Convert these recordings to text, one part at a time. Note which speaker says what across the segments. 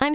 Speaker 1: I'm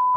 Speaker 2: a-"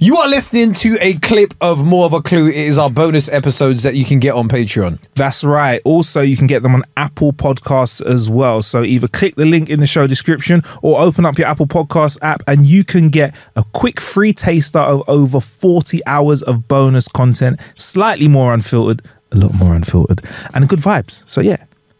Speaker 3: You are listening to a clip of More of a Clue. It is our bonus episodes that you can get on Patreon.
Speaker 4: That's right. Also, you can get them on Apple Podcasts as well. So either click the link in the show description or open up your Apple Podcast app and you can get a quick free taster of over 40 hours of bonus content, slightly more unfiltered, a lot more unfiltered, and good vibes. So yeah.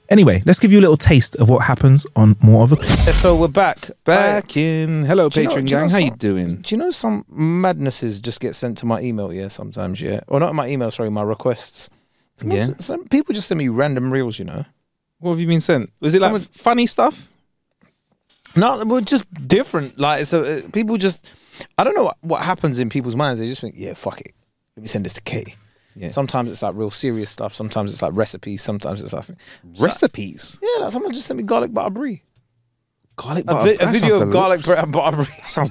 Speaker 4: Anyway, let's give you a little taste of what happens on more of a So we're back. Back in hello
Speaker 5: Do you know-
Speaker 4: Patreon
Speaker 5: do you know
Speaker 4: gang. How you
Speaker 5: some-
Speaker 4: doing?
Speaker 5: Do you know some madnesses just get sent to my email? Yeah, sometimes. Yeah, or not my email. Sorry, my requests. Some-
Speaker 4: Yeah.
Speaker 5: Some people just send me random reels. You know.
Speaker 4: What have you been sent? Was it like
Speaker 5: Someone-
Speaker 4: funny stuff?
Speaker 5: No, we're just different. Like so, uh, people just. I don't know what, what happens in people's minds. They just think, yeah, fuck it. Let me send this to Katie.
Speaker 4: Yeah.
Speaker 5: Sometimes it's like real serious stuff. Sometimes it's like recipes. Sometimes it's like so-
Speaker 4: Recipes.
Speaker 5: yeah, like someone just sent me garlic butter brie.
Speaker 4: Garlic
Speaker 5: A,
Speaker 4: butter.
Speaker 5: vi- a
Speaker 4: that
Speaker 5: video
Speaker 4: sounds
Speaker 5: of garlic
Speaker 4: deli-
Speaker 5: butter butter brie.
Speaker 4: That sounds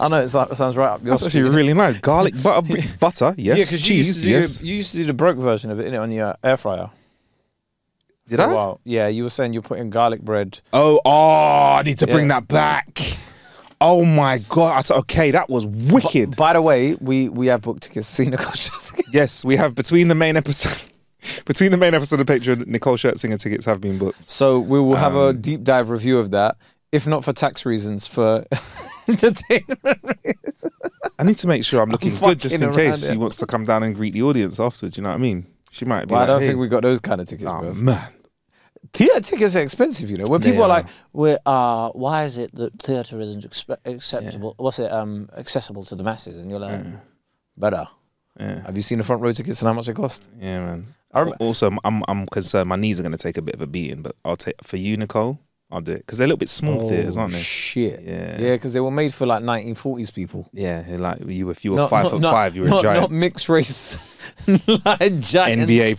Speaker 5: I know it's like, it sounds right up your
Speaker 4: That's actually
Speaker 5: street, innit?
Speaker 4: really nice. Garlic butter, bri- butter. Yes.
Speaker 5: yeah, because you, used
Speaker 4: cheese.
Speaker 5: to do
Speaker 4: yes.
Speaker 5: the- you used to do the broke version of it innit, on your air fryer.
Speaker 4: Did
Speaker 5: for
Speaker 4: I?
Speaker 5: a while. Yeah, you were saying you're putting garlic bread.
Speaker 4: Oh, oh! I need to bring
Speaker 5: Yeah.
Speaker 4: that back. Oh my god! I t- okay, that was wicked.
Speaker 5: By the way, we we have booked tickets to see Nicole Scherzinger.
Speaker 4: yes, we have between the main episode, between the main episode of Patreon, Nicole Scherzinger tickets have been booked.
Speaker 5: So we will have
Speaker 4: Um,
Speaker 5: a deep dive review of that, if not for tax reasons, for entertainment.
Speaker 4: I need to make sure I'm looking good, just
Speaker 5: fucking
Speaker 4: in case
Speaker 5: around
Speaker 4: she
Speaker 5: it.
Speaker 4: wants to come down and greet the audience afterwards. You know what I mean? She might be.
Speaker 5: But I
Speaker 4: like,
Speaker 5: don't
Speaker 4: "Hey."
Speaker 5: think we got those kind of tickets.
Speaker 4: Oh
Speaker 5: bruv.
Speaker 4: man!
Speaker 5: Theatre tickets are expensive, you know. When
Speaker 4: They
Speaker 5: people are,
Speaker 4: are.
Speaker 5: like,
Speaker 6: Where uh, why is it that theatre isn't expe- acceptable? What's it um, accessible to the masses? And you're like,
Speaker 5: better.
Speaker 4: Yeah,
Speaker 5: Have you seen the front row tickets and how much they cost?
Speaker 4: yeah, man.
Speaker 5: I rem-
Speaker 4: also, I'm- I'm I'm concerned. My knees are going to take a bit of a beating, but I'll take for you, Nicole. I'll do it because they're a little bit
Speaker 5: Oh,
Speaker 4: small theaters, aren't they?
Speaker 5: Shit.
Speaker 4: Yeah.
Speaker 5: Yeah, because they were made for like 1940s people.
Speaker 4: Yeah, who like you if you were
Speaker 5: Not-
Speaker 4: five
Speaker 5: not-
Speaker 4: foot
Speaker 5: not-
Speaker 4: five, you were
Speaker 5: not,
Speaker 4: a giant
Speaker 5: Not mixed race, like giants.
Speaker 4: NBA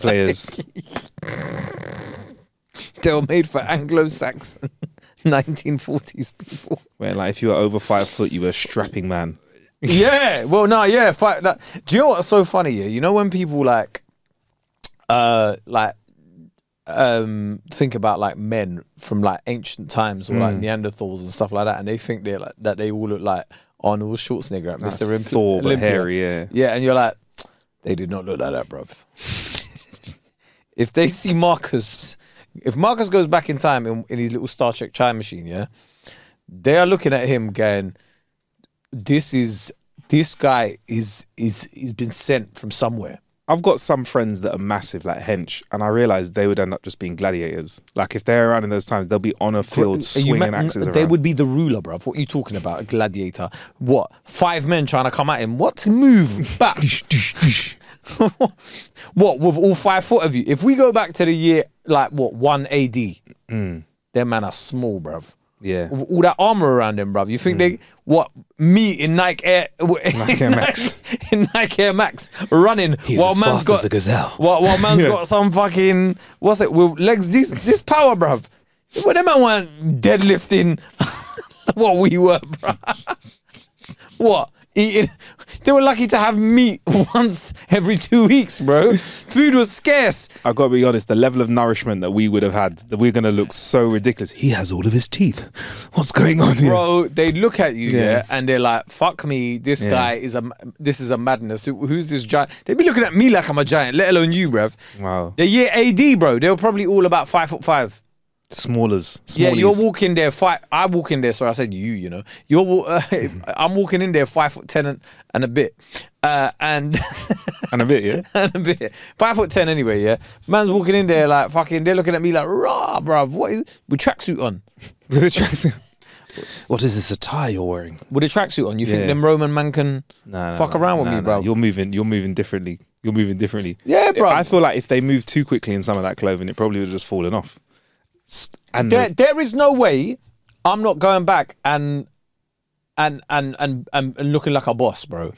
Speaker 4: players.
Speaker 5: They were made for Anglo-Saxon 1940s people.
Speaker 4: Where like if you were over five foot, you were a strapping man.
Speaker 5: yeah. Well, no, yeah. Fight, that. Do you know what's so funny? Yeah, you know when people like, uh, like, um, think about like men from like ancient times or like Neanderthals and stuff like that, and they think they like that they all look like Arnold Schwarzenegger, at Mr. Olymp-
Speaker 4: Thor, but
Speaker 5: Olympia.
Speaker 4: hairy, yeah.
Speaker 5: Yeah, and you're like, they did not look like that, bruv. if they see Marcus, if Marcus goes back in time in, in his little Star Trek time machine, yeah, they are looking at him going, this is this guy is is he's been sent from somewhere.
Speaker 4: I've got some friends that are massive, like hench, and I realised they would end up just being gladiators. Like if they're around in those times, they'll be on a
Speaker 5: Are
Speaker 4: field
Speaker 5: you
Speaker 4: swinging
Speaker 5: ma-
Speaker 4: axes around.
Speaker 5: They would be the ruler, bruv. What are you talking about? A gladiator. What? Five men trying to come at him. What? Move back. what? With all five foot of you? If we go back to the year, like, what, 1 AD, them man are small, bruv.
Speaker 4: Hmm. Yeah. Hmm.
Speaker 5: With all that armor around them, bruv. You think they, what, me in Nike Air,
Speaker 4: Nike Air Max.
Speaker 5: in Nike Air Max running
Speaker 4: He's
Speaker 5: while
Speaker 4: as
Speaker 5: man's
Speaker 4: fast as
Speaker 5: got
Speaker 4: a gazelle.
Speaker 5: While, while man's
Speaker 4: Yeah.
Speaker 5: got some fucking what's it with legs? This this power, bruv. What them man want deadlifting? what we were, bruv. what eating? They were lucky to have meat once every two weeks, bro. Food was scarce.
Speaker 4: I got to be honest. The level of nourishment that we would have had, that we're gonna look so ridiculous. He has all of his teeth. What's going on here?
Speaker 5: bro. They look at you, yeah.
Speaker 4: Yeah.
Speaker 5: and they're like, "Fuck me, this
Speaker 4: Yeah.
Speaker 5: guy is a this is a madness. Who- Who's this giant?" They be looking at me like I'm a giant, let alone you, bruv.
Speaker 4: Wow.
Speaker 5: The year AD, bro. They were probably all about five foot five.
Speaker 4: Smallers. Smallies.
Speaker 5: Yeah, you're walking there five. I walk in there. Sorry, I said you. You know, you're. wa- Uh, I'm walking in there five foot ten and, and a bit, uh, and
Speaker 4: and a bit, yeah.
Speaker 5: and a bit. Five foot ten anyway. Yeah, man's walking in there like fucking. They're looking at me like rah, bruv. What is with tracksuit on?
Speaker 4: With the tracksuit. what is this attire you're wearing?
Speaker 5: With a tracksuit on, you think
Speaker 4: Yeah.
Speaker 5: them Roman man can
Speaker 4: No, no,
Speaker 5: fuck
Speaker 4: no,
Speaker 5: around with
Speaker 4: no,
Speaker 5: me,
Speaker 4: no.
Speaker 5: bro?
Speaker 4: You're moving. You're moving differently. You're moving differently.
Speaker 5: Yeah, bro.
Speaker 4: I feel like if they moved too quickly in some of that clothing, it probably would have just fallen off. S- And
Speaker 5: There,
Speaker 4: the-
Speaker 5: there is no way I'm not going back and and and and and, and looking like a boss, bro.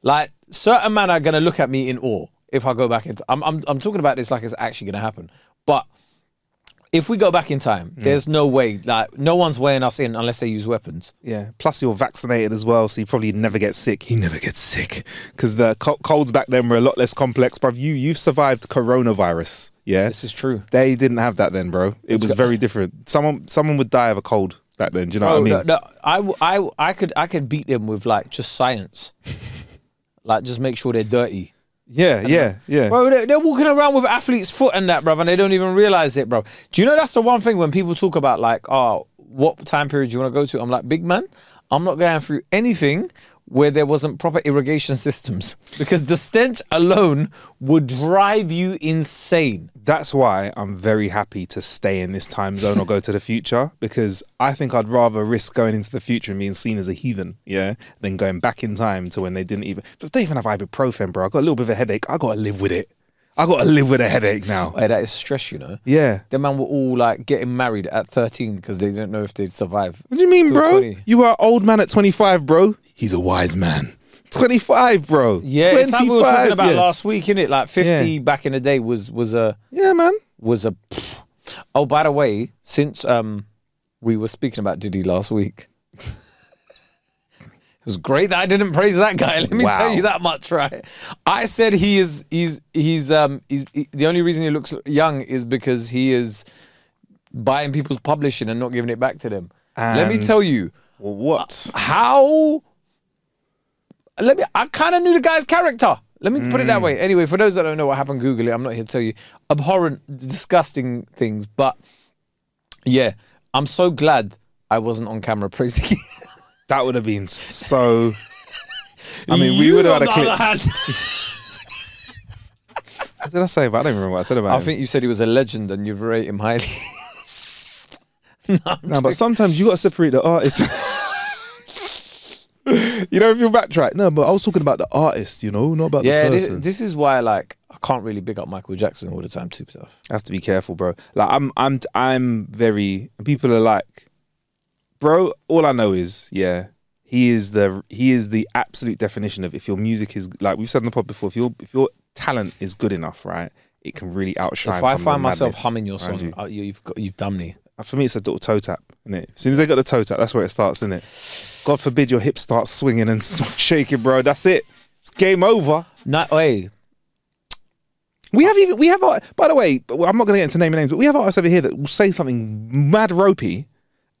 Speaker 5: Like certain men are gonna look at me in awe if I go back into. I'm I'm I'm talking about this like it's actually gonna happen, but. If we go back in time, there's no way. Like, no one's weighing us in unless they use weapons.
Speaker 4: yeah. Plus, you're vaccinated as well, so you probably never get sick. You never get sick because the co- colds back then were a lot less complex, bruv. You you've survived coronavirus. Yeah,
Speaker 5: This is true.
Speaker 4: They didn't have that then, bro. It was very different. Someone someone would die of a cold back then. Do you know
Speaker 5: Bro,
Speaker 4: what I mean?
Speaker 5: no, no, I, w- I w- I could, I could beat them with like just science, like just make sure they're dirty.
Speaker 4: Yeah, yeah, yeah.
Speaker 5: Bro, they're, they're walking around with athlete's foot and that, bro, and they don't even realize it, bro. Do you know that's the one thing when people talk about like, oh, what time period do you want to go to? I'm like, big man, I'm not going through anything where there wasn't proper irrigation systems because the stench alone would drive you insane.
Speaker 4: That's why I'm very happy to stay in this time zone or go to the future because I think I'd rather risk going into the future and being seen as a heathen, yeah, than going back in time to when they didn't even. If they even have ibuprofen, bro, I got a little bit of a headache. I got to live with it. I got to live with a headache now.
Speaker 5: Hey, that is stress, you know.
Speaker 4: Yeah.
Speaker 5: The man were all like getting married at 13 because they didn't know if they'd survive.
Speaker 4: What do you mean,
Speaker 5: till
Speaker 4: bro?
Speaker 5: 20.
Speaker 4: You are an old man at 25, bro. He's a wise man. 25, bro.
Speaker 5: Yeah, it's like we were talking about
Speaker 4: yeah.
Speaker 5: last week, innit? Like 50
Speaker 4: Yeah.
Speaker 5: back in the day was was a.
Speaker 4: Yeah, man.
Speaker 5: was a. Oh, by the way, since um, we were speaking about Diddy last week, it was great that I didn't praise that guy. Let me tell
Speaker 4: Wow.
Speaker 5: you that much, right? I said he is he's he's um he's he- the only reason he looks young is because he is buying people's publishing and not giving it back to them. Let me
Speaker 4: And-
Speaker 5: tell you
Speaker 4: Well, what?
Speaker 5: how let me I kind of knew the guy's character. Let me put it
Speaker 4: Hmm.
Speaker 5: that way. Anyway, for those that don't know what happened, Google it. I'm not here to tell you abhorrent, disgusting things. But yeah, I'm so glad I wasn't on camera praising.
Speaker 4: That would have been so. I mean, we would have had a clip. What did I say about? I don't remember what I said about.
Speaker 5: I
Speaker 4: him.
Speaker 5: think you said he was a legend, and you rate him highly.
Speaker 4: no, but sometimes you got to separate the artist. you know, if you backtrack, no, but I was talking about the artist, you know, not about
Speaker 5: yeah,
Speaker 4: the
Speaker 5: this,
Speaker 4: person.
Speaker 5: this is why like I can't really big up Michael Jackson all the time too. So.
Speaker 4: Have to be careful, bro. Like I'm, I'm, I'm very. People are like, bro. All I know is, yeah, he is the he is the absolute definition of if your music is like we've said on the pod before. If your if your talent is good enough, right, it can really outshine.
Speaker 5: If
Speaker 4: some
Speaker 5: I
Speaker 4: of the
Speaker 5: find myself
Speaker 4: madness
Speaker 5: humming your
Speaker 4: around
Speaker 5: song,
Speaker 4: you.
Speaker 5: uh, you, you've got, you've done me.
Speaker 4: Uh, for me, it's a little toe tap. Isn't it? As soon as they got the toe tap, that's where it starts, isn't it? God forbid your hips start swinging and shaking, bro. That's it. It's game over.
Speaker 5: No, hey,
Speaker 4: We have even we have. our- By the way, well, I'm not going to get into naming names, but we have artists over here that will say something mad ropey,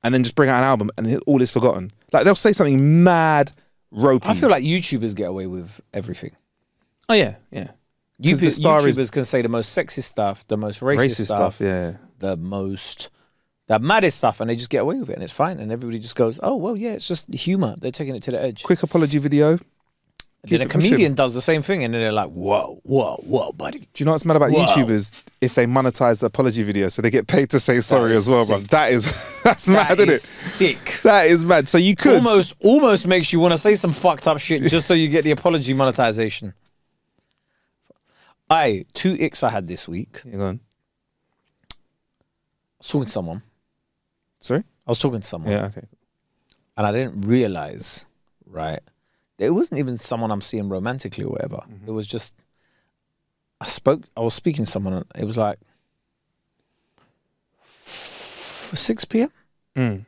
Speaker 4: and then just bring out an album, and it- all is forgotten. Like they'll say something mad ropey.
Speaker 5: I feel like YouTubers get away with everything.
Speaker 4: oh yeah, yeah.
Speaker 5: You,
Speaker 4: 'Cause the star is
Speaker 5: YouTubers can say the most sexist stuff, the most racist,
Speaker 4: racist
Speaker 5: stuff,
Speaker 4: stuff. Yeah,
Speaker 5: the most, the maddest stuff, and they just get away with it, and it's fine. And everybody just goes, "Oh well, yeah, it's just humor." They're taking it to the edge.
Speaker 4: quick apology video.
Speaker 5: And then
Speaker 4: keep
Speaker 5: a
Speaker 4: it pushing.
Speaker 5: comedian does the same thing, and then they're like, "Whoa, whoa, whoa, buddy!"
Speaker 4: Do you know what's mad about
Speaker 5: Wow.
Speaker 4: YouTubers? If they monetize the apology video, so they get paid to say sorry
Speaker 5: is
Speaker 4: as well, bro.
Speaker 5: sick.
Speaker 4: That is that's mad,
Speaker 5: That
Speaker 4: isn't
Speaker 5: is
Speaker 4: it?
Speaker 5: sick.
Speaker 4: That is mad. So you could
Speaker 5: Almost, almost makes you want to say some fucked up shit just so you get the apology monetization. I two icks I had this week. I
Speaker 4: Hang on.
Speaker 5: was talking to someone.
Speaker 4: Sorry.
Speaker 5: I was talking to someone.
Speaker 4: Yeah. Okay.
Speaker 5: and I didn't realize, right, that it wasn't even someone I'm seeing romantically or whatever. It was just I spoke. I was speaking to someone. And it was like f- six p.m. Mm.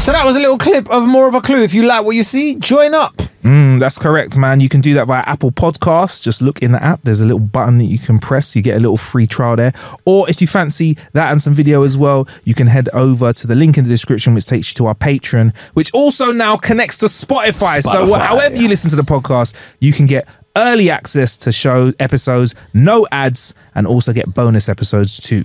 Speaker 3: So that was a little clip of more of a clue. If you like what you see, join up.
Speaker 7: Mm, that's correct, man. You can do that via Apple Podcasts. Just look in the app. There's a little button that you can press. You get a little free trial there. Or if you fancy that and some video as well, you can head over to the link in the description, which takes you to our Patreon, which also now connects to Spotify. so
Speaker 5: Spotify,
Speaker 7: however you listen to the podcast, you can get early access to show episodes, no ads, and also get bonus episodes too.